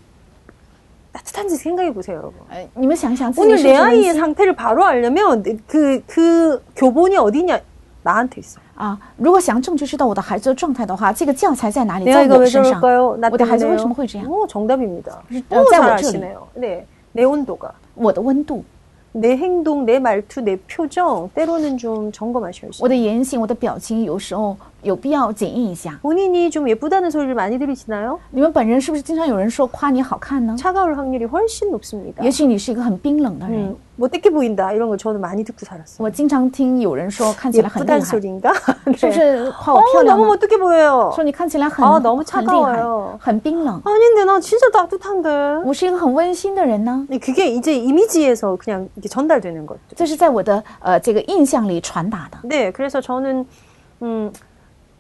A: 따뜻한지 생각해 보세요, 여러분.
B: 呃，你们想一想自己
A: 오늘
B: 是
A: 내
B: 不是温
A: 아이의
B: 馨
A: 상태를 바로 알려면 그, 그 교본이 어디냐? 나한테 있어.
B: 啊？如果想正确知道我的孩子的状态的话，这个教材在哪里？
A: 내
B: 在
A: 아이가
B: 我
A: 왜
B: 身上。
A: 저럴까요? 나
B: 네, 어디 가서
A: 때문에요.
B: 훨씬 훨씬
A: 오, 정답입니다.
B: 어,
A: 오, 잘
B: 잘 어쩌니?
A: 아시네요. 네, 내 온도가.
B: 我的温度、
A: 내 행동, 내 말투, 내 표정 때로는 좀 점검하셔야죠.
B: 我的言行、我的表情，有时候有必要检验一下。
A: 본인이 좀 예쁘다는 소리를 많이 들으시나요?
B: 你们本人是不是经常有人说夸你好看呢？
A: 차가울 확률이 훨씬 높습니다.
B: 也许你是一个很冰冷的人。
A: 음, 못되게 보인다 이런 거 저는 많이 듣고 살았어요.
B: 我经常听有人说看起来很厉害，
A: 예쁘다는
B: 是哦
A: 소리인가?
B: 不
A: 네.
B: 是夸我
A: 어,
B: 漂亮
A: 너무
B: 吗？
A: 못되게 보여요.
B: 说你看起来很
A: 啊너무
B: 很
A: 차가워
B: 厉害
A: 요 ，
B: 很冰冷。
A: 아닌데 나 진짜 따뜻한데.
B: 我是一个很温馨的人呢。
A: 근데 그게 이제 이미지에서 그냥 이렇게 전달되는 것들.
B: 这是在我的呃这个印象里传达的，
A: 네, 그래서 저는 음,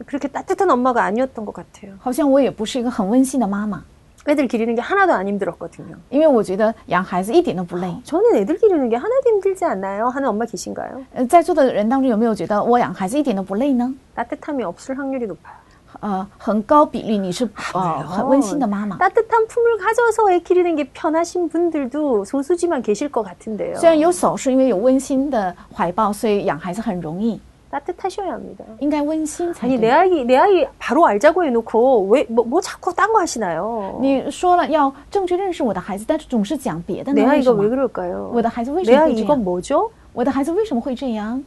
A: 그렇게 따뜻한 엄마가 아니었던 것 같아요.
B: 好像我也不是一个很温馨的妈妈，
A: 애들 기르는 게 하나도 안 힘들었거든요.
B: 因为我觉得养孩子一点都不累。
A: 저는 애들 기르는 게 하나도 힘들지 않나요? 하는 엄마 계신가요?
B: 呃，在座的人当中有没有觉得我养孩子一点都不累呢？
A: 따뜻함이 없을 확률이 높아요.
B: 呃，很高比例你是呃
A: 没有
B: 很温馨的妈妈，
A: 따뜻한 품을 가져서 애 기르는 게 편하신 분들도 소수지만 계실 것 같은데요.
B: 虽然有少数因为有温馨的怀抱，所以养孩子很容易，
A: 따뜻하셔야 합니다.
B: 应该温馨才
A: 아니 내
B: 对。
A: 아이 내 아이 바로 알자고 해놓고 왜 뭐 자꾸 딴 거 하시나요?
B: 你说了要正确认识我的孩子，但是总是讲别的呢？
A: 내
B: 为
A: 아이가
B: 什
A: 왜
B: 么？
A: 그럴까요?
B: 我的孩子为什
A: 내
B: 么会
A: 아이
B: 这
A: 이건
B: 样？
A: 뭐죠?
B: 我的孩子为什么会这样？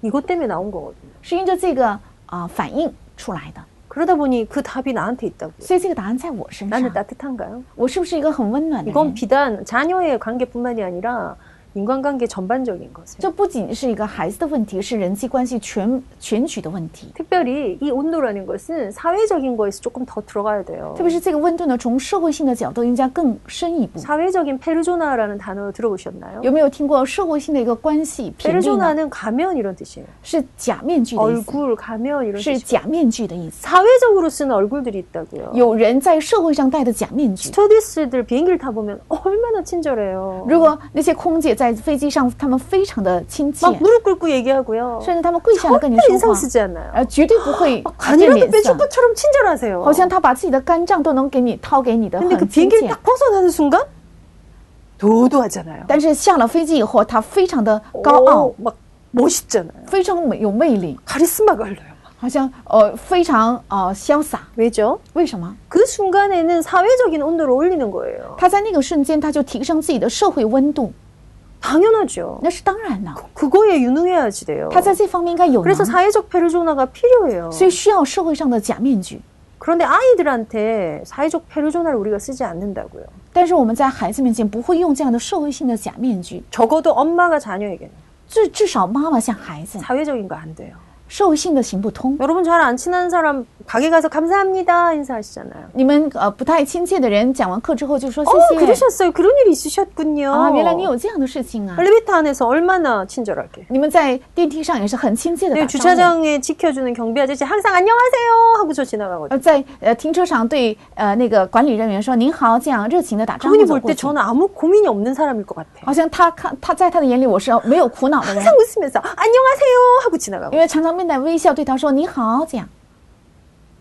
A: 이것 때문에 나온 거거든요.
B: 是因着这个啊、反应出来的，
A: 그러다 보니 그 답이 나한테 있다고요.
B: 所以这个答案在我身上
A: 나는 。 따뜻한가요?
B: 我是不是一个很温暖的
A: 이건
B: 人？
A: 비단 자녀의 관계뿐만이 아니라 인간관계 전반적인 것이에요.
B: 这不仅是一个孩子的问题，是人际关系全全局的问题。
A: 특별히 이 온도라는 것은 사회적인 거에서 조금 더 들어가야 돼요.
B: 特别是这个温度呢，从社会性的角度应该更深一步。
A: 사회적인 페르조나라는 단어 들어보셨나요?
B: 有没有听过社会性的一个关系频率呢？哦
A: 페르조나는 가면 이런 뜻이에요.
B: 是假面具的意思，
A: 얼굴 가면 이런
B: 是
A: 뜻이에요.
B: 假面具的意思。
A: 사회적으로 쓰는 얼굴들이 있다고요.
B: 有人在社会上戴哦的假面具。
A: 스튜디스들 비행기를 타보면 얼마나 친절해요.
B: 如果那些空姐在飞机上，她们非常的亲切
A: 막 ， 무릎 꿇고 얘기하고요.
B: 甚至她们跪下来跟你
A: 절대
B: 说
A: 인상
B: 话，
A: 쓰지 않아요.
B: 呃，绝对不会见
A: 간이라도
B: 脸
A: 뺀
B: 色，
A: 축구처럼 친절하세요.
B: 好像她把自己的肝脏都能给你掏给你的，
A: 근데 그
B: 很亲
A: 비행기를
B: 切。
A: 딱 벗어나는 순간 도도하잖아요.
B: 但是下了飞机以后，他非常的高傲，
A: 오, 막 멋있잖아요.
B: 非常美有魅力，
A: 카리스마가 흘러요.
B: 好像呃非常呃潇洒。
A: 왜죠?
B: 为什么？
A: 그 순간에는 사회적인 온도를 올리는 거예요.
B: 他在那个瞬间，他就提升自己的社会温度，
A: 당연하죠.
B: 那是当然的。
A: 그거에 유능해야지 돼요.
B: 他在这方面应该有能
A: 그래서
B: 力，
A: 사회적 페르조나가 필요해요.
B: 所以需要社会上的假面具。
A: 그런데 아이들한테 사회적 페르조나를 우리가 쓰지 않는다고요.
B: 但是我们在孩子面前不会用这样的社会性的假面具，
A: 적어도 엄마가 자녀에게는
B: 至至少妈妈像孩子，
A: 사회적인 거 안 돼요.
B: 社会性的行不通。
A: 여러분 잘 안 친한 사람 가게 가서 감사합니다 인사하시잖아요.
B: 你们呃不太亲切的人，讲完课之后就说
A: 어
B: 谢谢
A: 그러셨어요. 그런 일이 있으셨군요.
B: 啊，原来你有这样的事情啊！
A: 엘리베이터 안에서 얼마나 친절하게.
B: 你们在电梯上也是很亲切的
A: 네
B: 打招呼。
A: 주차장에 지켜주는 경비 아저씨 항상 안녕하세요 하고 저 지나가거든요.
B: 呃，在呃停车场对呃那个管理人员说“您好”，这样热情的打招呼
A: 그분이
B: 走
A: 볼
B: 过
A: 때
B: 去。
A: 저는 아무 고민이 없는 사람일 것 같아요. 네.
B: 好像他看他在他的眼里我 是没有苦恼的人，
A: 항상 웃으면서 안녕하세요 하고 지나가고
B: 因为常常面带微笑对他说“你好”这样。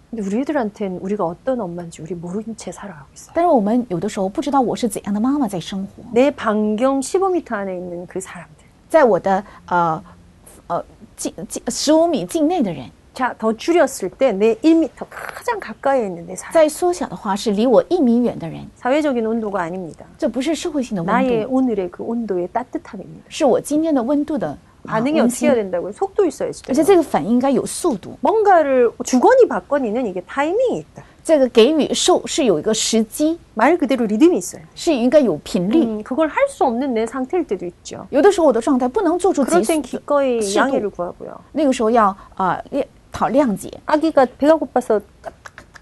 A: 근데 우리 애들한테는 우리가 어떤 엄마인지 우리 모른 채 살아가고 있어요.
B: 但是我们有的时候不知道我是怎样的妈妈在生活，
A: 내 반경 15m 안에 있는 그 사람들.
B: 在我的呃呃境境十五米境内的人，
A: 자, 더 줄였을 때 내 1m 가장 가까이 있는 내 사람.
B: 再缩小的话是离我一米远的人，
A: 사회적인 온도가 아닙니다.
B: 这不是社会性的温
A: 나의
B: 度，
A: 오늘의 그 온도의 따뜻함입니다.
B: 是我今天的温度的啊
A: 반응이
B: 温
A: 어떻게
B: 馨
A: 해야 。 된다고요? 속도 있어야지. 돼요.
B: 而且这个反应应该有速度，
A: 뭔가를 주거니 받거니는 이게 타이밍이 있다.
B: 这个给予受是有一个时机，
A: 말 그대로 리듬이 있어요.
B: 是应该有频率。
A: 음, 그걸 할 수 없는 내 상태일 때도 있죠.
B: 有的时候我的状态不能做出急
A: 그럴
B: 速
A: 땐
B: 的，
A: 기꺼이
B: 시도.
A: 양해를 구하고요.
B: 那个时候要啊谅、讨谅解。
A: 아기가 배가 고파서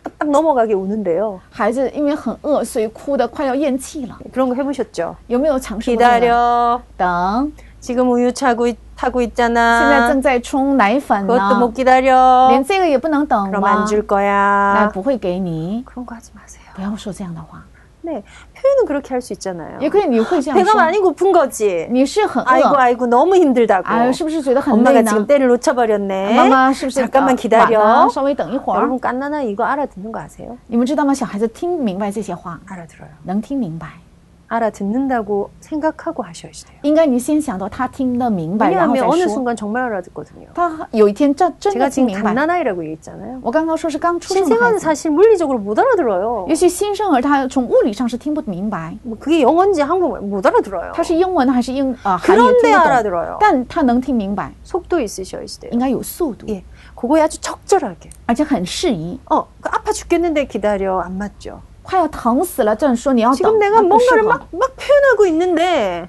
A: 딱딱딱딱 넘어가게 우는데요.
B: 孩子因为很饿，所以哭得快要咽气了。
A: 그런 거 해보셨죠?
B: 有没有尝试过这个？
A: 기다려.
B: 等，
A: 지금 우유 차고 있- 타고
B: 现在
A: 있잖아.
B: 正在冲奶粉呢
A: 그것도 ，못 기다려.
B: 连这个也不能等
A: 그럼
B: 吗
A: 안？줄
B: 那
A: 거야.
B: 不会给
A: 뭐
B: 你，
A: 그런 거 하지 마세요.
B: 不要说这样的话。
A: 네, 표현은 예, 그렇게 할 수 있잖아요.
B: 也可以，你会这样
A: 배가
B: 说，
A: 많이 고픈 거지.
B: 你是很
A: 아이고
B: 饿，
A: 음, 아이고 너무 힘들다고.
B: 哎，是不是觉得很
A: 엄마가
B: 累呢
A: 지금 ？ 때를 놓쳐버렸네.
B: 妈妈是不是
A: 잠깐만기다려
B: 晚了稍微等一会儿。
A: 여러분 깐나나 이거 알아듣는 거 아세요?
B: 你们知道吗？小孩子听明白这些话，
A: 알아들어요.
B: 能听明白。
A: 알아듣는다고 생각하고 하셔야지 돼요.
B: 应该你先想到他听得明白，然后
A: 왜냐하면
B: 再
A: 어느
B: 说。
A: 순간 정말 알아듣거든요.
B: 他有一天真真
A: 제가
B: 的听
A: 지금
B: 明白。
A: 갓난아이라고 얘기했잖아요.
B: 我刚刚说是刚出生的孩
A: 신생아는
B: 子，
A: 사실 물리적으로 못 알아들어요.
B: 尤其新生儿，他从物理上是听不明白，
A: 뭐 그게 영어인지 한국말 못 알아들어요.
B: 他是英文还是英啊、韩语听
A: 그런데
B: 不懂，
A: 알아들어요.
B: 但他能听明白，
A: 속도 있으셔야지 돼요.
B: 应该有速度，
A: 예, 그거에 아주 적절하게.
B: 而且很适宜。
A: 어, 그 아파 죽겠는데 기다려 안 맞죠.
B: 快要疼死了，这样说你要等啊
A: 지금 ， 내가
B: 那不适
A: 뭔가를
B: 合。
A: 막, 막 표현하고 있는데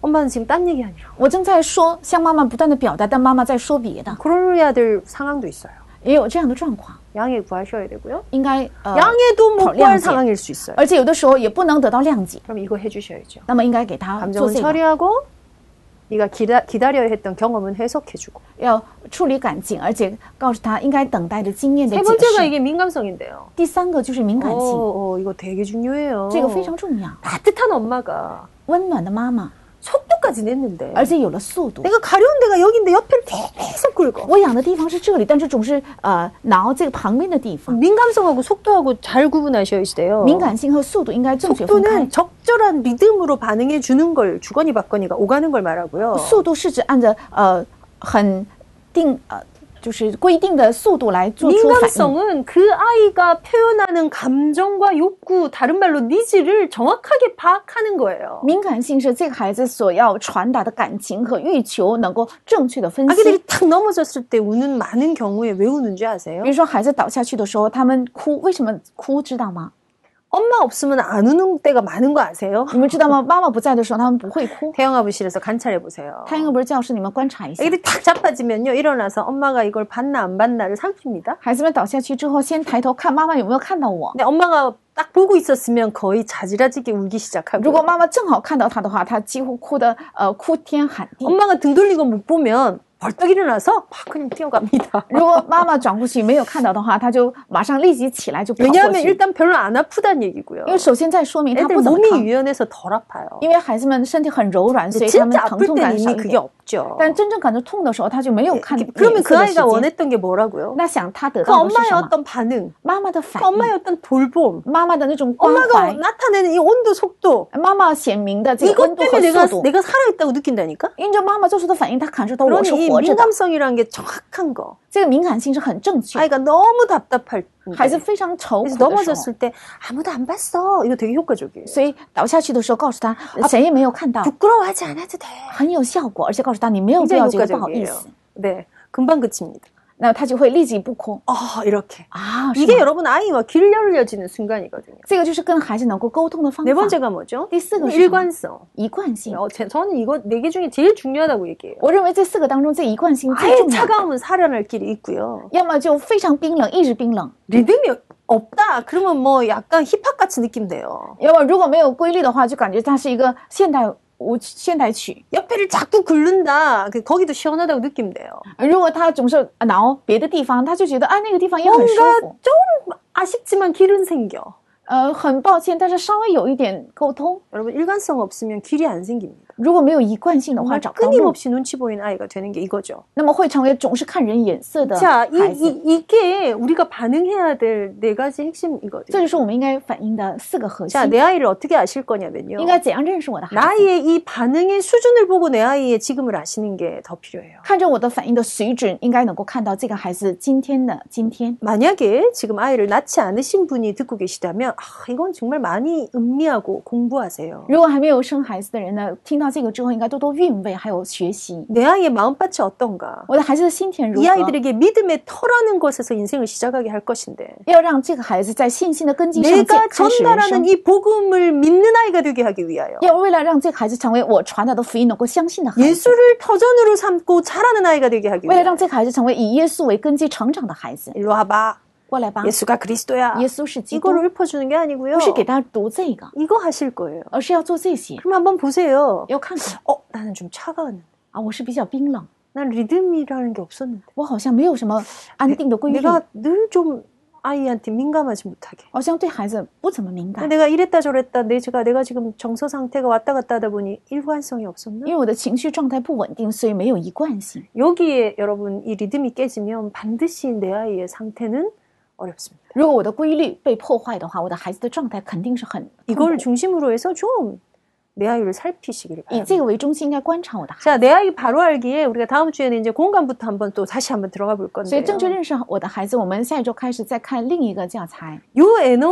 A: 엄마는 지금 딴 얘기 아니라고.
B: 我正在说，向妈妈不断的表达，但妈妈在说别的，
A: 그러야 될 상황도 있어요.
B: 也有这样的状况，
A: 양해 구하셔야 되고요.
B: 应该呃，
A: 아, 양해도 못 구할
B: 양해.
A: 상황일 수 있어요.
B: 而且有的时候也不能得到谅解，
A: 그럼 이거 해주셔야죠.
B: 那么应该给他做
A: 감정은
B: 这个，
A: 처리하고 네가 기다, 기다려야 했던 경험은 해석해주고.
B: 要处理感情，而且告诉他应该等待的经验的
A: 세
B: 解
A: 번째가
B: 释。
A: 이게 민감성인데요.
B: 第三个就是敏
A: 어,
B: 感期，
A: 어, 이거 되게 중요해요.
B: 这个非常重要。
A: 따뜻한 엄마가
B: 温暖的妈妈，
A: 속도까지 냈는데
B: 而且有了速
A: 어.
B: 度。
A: 내가 가려운 데가 여기인데 옆에를 계속 긁어.
B: 我养的地方是这里，但是总是呃挠这个旁边的地方。
A: 민감성하고 속도하고 잘 구분하셔야 돼요.
B: 敏感性和哦速度应该正确分开
A: 속도는 。 적절한 리듬으로 반응해 주는 걸 주거니 받거니가 오가는 걸 말하고요.
B: 速度是指按照呃很定呃就是规定的速度来做出反应。
A: 민감성은 그 아이가 표현하는 감정과 욕구, 다른 말로 니즈를 정확하게 파악하는 거예요.
B: 敏感性是这个孩子所要传达的感情和欲求能够正确的分析。
A: 아기들이 탁 넘어졌을 때 우는 많은 경우에 왜 우는지 아세요?
B: 比如说孩子倒下去的时候，他们哭，为什么哭知道吗？
A: 엄마 없으면 안 우는 때가 많은 거 아세요?
B: 你们知 道吗？妈妈不在的时候，他们不会哭。
A: 태영아부실에서 관찰해 보세요.
B: 胎婴儿不是教哦哎室，你们观察一下。
A: 아기들이 탁 자빠지면요, 일어나서 엄마가 이걸 봤나 안 봤나를 살핍니다.
B: 孩子们倒下去之后，先抬头看妈妈有没有看到我。
A: 근데 엄마가 딱 보고 있었으면 거의 자지라지게 울기 시작하고.
B: 如果妈妈正好看到他的话，他几乎哭的呃哭天喊地。
A: 엄마가 등 돌리고 못 보면 벌떡 일어나서 막 그냥 뛰어갑니다.
B: 如果妈妈转过去没有看到的话，他就马上立即起来就跑过
A: 왜냐하면
B: 去。哎
A: 일단 별로 안 아프단 얘기고요.
B: 因为首先在说明他
A: 애들
B: 不怎么
A: 몸이
B: 疼，
A: 유연해서 덜 아파요.
B: 因为孩子们身体很柔软，所
A: 근데
B: 以他们
A: 진짜
B: 疼
A: 아플
B: 痛感
A: 땐
B: 少
A: 이미
B: 一
A: 그게
B: 点。
A: 없죠.
B: 但真正感觉痛的时候，他就没有看脸
A: 이렇게- 그러면
B: 色
A: 그
B: 的时
A: 아이가
B: 间。
A: 원했던 게 뭐라고요?
B: 那想他得
A: 그
B: 到的是
A: 엄마의
B: 什么？
A: 어떤 반응,
B: 妈妈的
A: 그
B: 反应，
A: 엄마의 어떤 돌봄, 어,
B: 妈妈的那种关
A: 엄마가
B: 怀，
A: 나타내는 이 온도, 속도
B: 妈妈显明的这个
A: 이것
B: 温度
A: 때문에
B: 和
A: 내가
B: 速度。
A: 내가 살아있다고 느낀다니까.
B: 因着妈妈做出的反应，他感受到我
A: 그러니
B: 是
A: 이
B: 活着的，
A: 민감성이라는 게 정확한 거.
B: 这个敏感性是很正确的。
A: 아이가 너무 답답할 때,
B: 孩子非常愁
A: 그래서
B: 苦的时候，
A: 넘어졌을 때 아무도 안 봤어. 이거 되게 효과적이에요.
B: 所以倒下去的时候告诉他，谁也没有看到，
A: 부끄러워하지 않아도 돼.
B: 很有效果，而且告诉他你没有必
A: 굉장히
B: 要觉得不好意
A: 효과적이에요.
B: 思，
A: 네, 금방 그칩니다.
B: 那他就会立即不哭
A: 아 이렇게.
B: 啊。是
A: 이게
B: 吗
A: 여러분 아이와 길 열려지는 순간이거든요.
B: 这个就是跟孩子能够沟通的方
A: 네
B: 法。
A: 번째가 뭐죠? 음,
B: 리스크
A: 일관성.
B: 一贯性，
A: 어, 제- 저는 이거 네 개 중에 제일 중요하다고 얘기해요.
B: 我认为这四个当哎中，这一贯性最
A: 아예
B: 重要。
A: 차가우면 살아날 길이 있고요.
B: 要么就非常冰冷，一直冰冷；
A: 리듬이 없다. 그러면 뭐 약간 힙합 같이 느낌 돼요.
B: 要么如果没有规律的话，就感觉它是一个现代舞现代曲。
A: 옆에를 자꾸 긁는다. 그- 거기도 시원하다고 느낌 돼요.
B: 如果他总是挠别的地方，他就觉得啊那个地方也很舒
A: 뭔가
B: 服。
A: 좀 아쉽지만 길은 생겨.
B: 呃，很抱歉，但是稍微有一点沟通。
A: 여러분 일관성 없으면 길이 안 생깁니다.
B: 如果没有一贯性的话，找不到路，
A: 끊임없이 눈치 보이는 아이가 되는 게 이거죠.
B: 那么会成为总是看人眼色的
A: 자, 이,
B: 孩子。
A: 이, 이게 우리가 반응해야 될 네 가지 핵심이거든요.
B: 这就是我们应该反映的四个核心
A: 자, 。내 아이를 어떻게 아실 거냐면요.
B: 应该怎样认识我的孩子？
A: 나의 이 반응의 수준을 보고 내 아이의 지금을 아시는 게 더 필요해요.
B: 看着我的反应的水准，应该能够看到这个孩子今天的今天。
A: 만약에 지금 아이를 낳지 않으신 분이 듣고 계시다면 아, 이건 정말 많이 음미하고 공부하세요.
B: 如果还没有生孩子的人呢，听到这个之后，应该多多韵味，还有学习。
A: 내 아이의 마음밭이 어떤가?
B: 我的孩子的心田如
A: 이
B: 何？
A: 아이들에게 믿음의 터라는 것에서 인생을 시작하게 할 것인데
B: 要让这个孩子在信心的根基上建
A: 내가
B: 开始人
A: 전달하는
B: 生。
A: 이 복음을 믿는 아이가 되게 하기 위하여
B: 要为了让这个孩子成为我传达的福音能够相信的孩子，
A: 예수를 터전으로 삼고 자라는 아이가 되게 하기
B: 为了
A: 위하여
B: 让这个孩子成为以耶稣为根基成长的孩子，
A: 일로 와봐
B: 过来吧。
A: 아. 예수가 그리스도야
B: 耶稣是基督，
A: 이거를 읊어주는 게 아니고요
B: 不是给大家读这个，
A: 이거 하실 거예요
B: 而是要做这些，
A: 그럼 한번 보세요
B: 要看看
A: 어 나는 좀 차가웠는데
B: 啊，我是比较冰冷，
A: 난 리듬이라는 게 없었는데
B: 我好像没有什么安定的规律，
A: 내가 늘 좀 아이한테 민감하지 못하게
B: 好像对孩子不怎么敏感，
A: 내가 이랬다 저랬다 내 제가 내가 지금 정서 상태가 왔다 갔다 하다 보니 일관성이
B: 因
A: 없었나
B: 为我的情绪状态不稳定，所以没有一贯性。
A: 여기에 여러분 이 리듬이 깨지면 반드시 내 아이의 상태는 어렵습니다.
B: 如果我的规律被破坏的话，我的孩子的状态肯定是很痛苦
A: 이걸 중심으로 해서 좀 내 아이를 살피시기를
B: 以这
A: 바랍니다.
B: 个为中心，应该观察我的孩
A: 자, 내 아이 바로 알기에 우리가 다음 주에는 이제 공간부터 한번 또 다시 한번 들어가 볼
B: 子。所以
A: 건데요.
B: 正确认识我的孩子，我们下一周开始再看另一个教材，
A: 요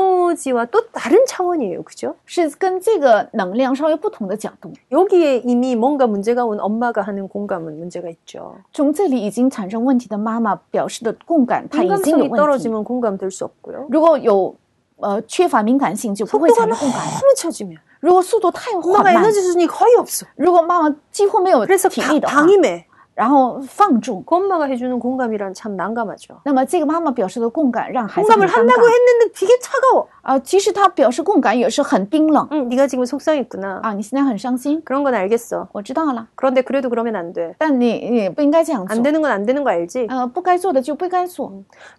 A: 에너지와 또 다른 차원이에요. 그죠?
B: 是跟这个能量稍微不同的角度。
A: 여기에 이미 뭔가 문제가 온 엄마가 하는 공감은 문제가 있죠.
B: 从这里已经产生问题的妈妈表示的共感，她已经有
A: 공감성이
B: 问题。
A: 떨어지면 공감될 수 없고요.
B: 如果有呃缺乏敏感性，就不会
A: 속도가
B: 产生共感。
A: 너무 쳐지면
B: 如果速度太缓
A: 엄마가
B: 慢，
A: 에너지 수준이 거의 없어.
B: 如果妈妈几乎没有
A: 그래서
B: 体力的
A: 가-
B: 话，
A: 방임해.
B: 然后放纵，
A: 그 엄마가 해주는 공감이란 참 난감하죠.
B: 那么这个妈妈表示的共感让孩子很
A: 공감을
B: 尴
A: 한다고
B: 尬
A: 했는데 되게 차가워.
B: 啊。其实她表示共感也是很冰冷
A: 응, 네가 지금 속상했구나.
B: 啊。你现在很伤心，
A: 그런 건 알겠어.
B: 我知道了，
A: 그런데 그래도 그러면 안 돼.
B: 但你你不应该这样
A: 안
B: 做。
A: 되는 건 안 되는 거 알지?
B: 呃，不该做的就不该做。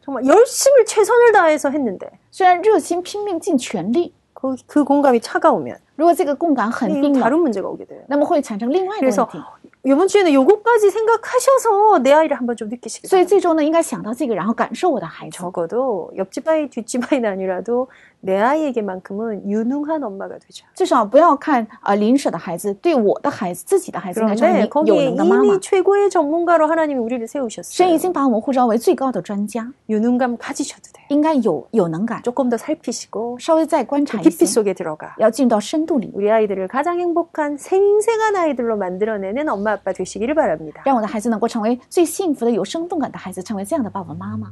A: 정말 열심히 최선을 다해서 했는데
B: 虽然热心拼命尽全力，
A: 그, 그 공감이 차가우면
B: 如果这个共感很
A: 이건
B: 冰冷，
A: 다른 문제가 오게 돼요.
B: 那么会产生另外的
A: 그래서
B: 问题。
A: 이번 주에는 요거까지 생각하셔서 내 아이를 한번 좀 느끼시길
B: 所以
A: 바랍니다.
B: 最终呢，应该想到这个，然后感受我的孩子。
A: 적어도 옆집 아이 뒷집 아이는 아니라도 내 아이에게만큼은 유능한 엄마가 되자.
B: 至少不要看啊、呃邻舍的孩子对我的孩子、自己的孩子，应该成为
A: 그런데
B: 有
A: 거기에
B: 能的妈妈
A: 이미 。 최고의 전문가로 하나님이 우리를
B: 神
A: 세우셨어요.
B: 已经把我们呼召为最高的专家，
A: 유능감 가지셔도 돼요.
B: 应该有有能感，
A: 조금 더 살피시고
B: 稍微再观察一
A: 깊이
B: 些，
A: 속에 들어가
B: 要进到深度里，
A: 우리 아이들을 가장 행복한 생생한 아이들로 만들어내는 엄마 아빠 되시기를 바랍니다.
B: 让我的孩子能够成为最幸福的、有生动感的孩子，成为这样的爸爸妈妈。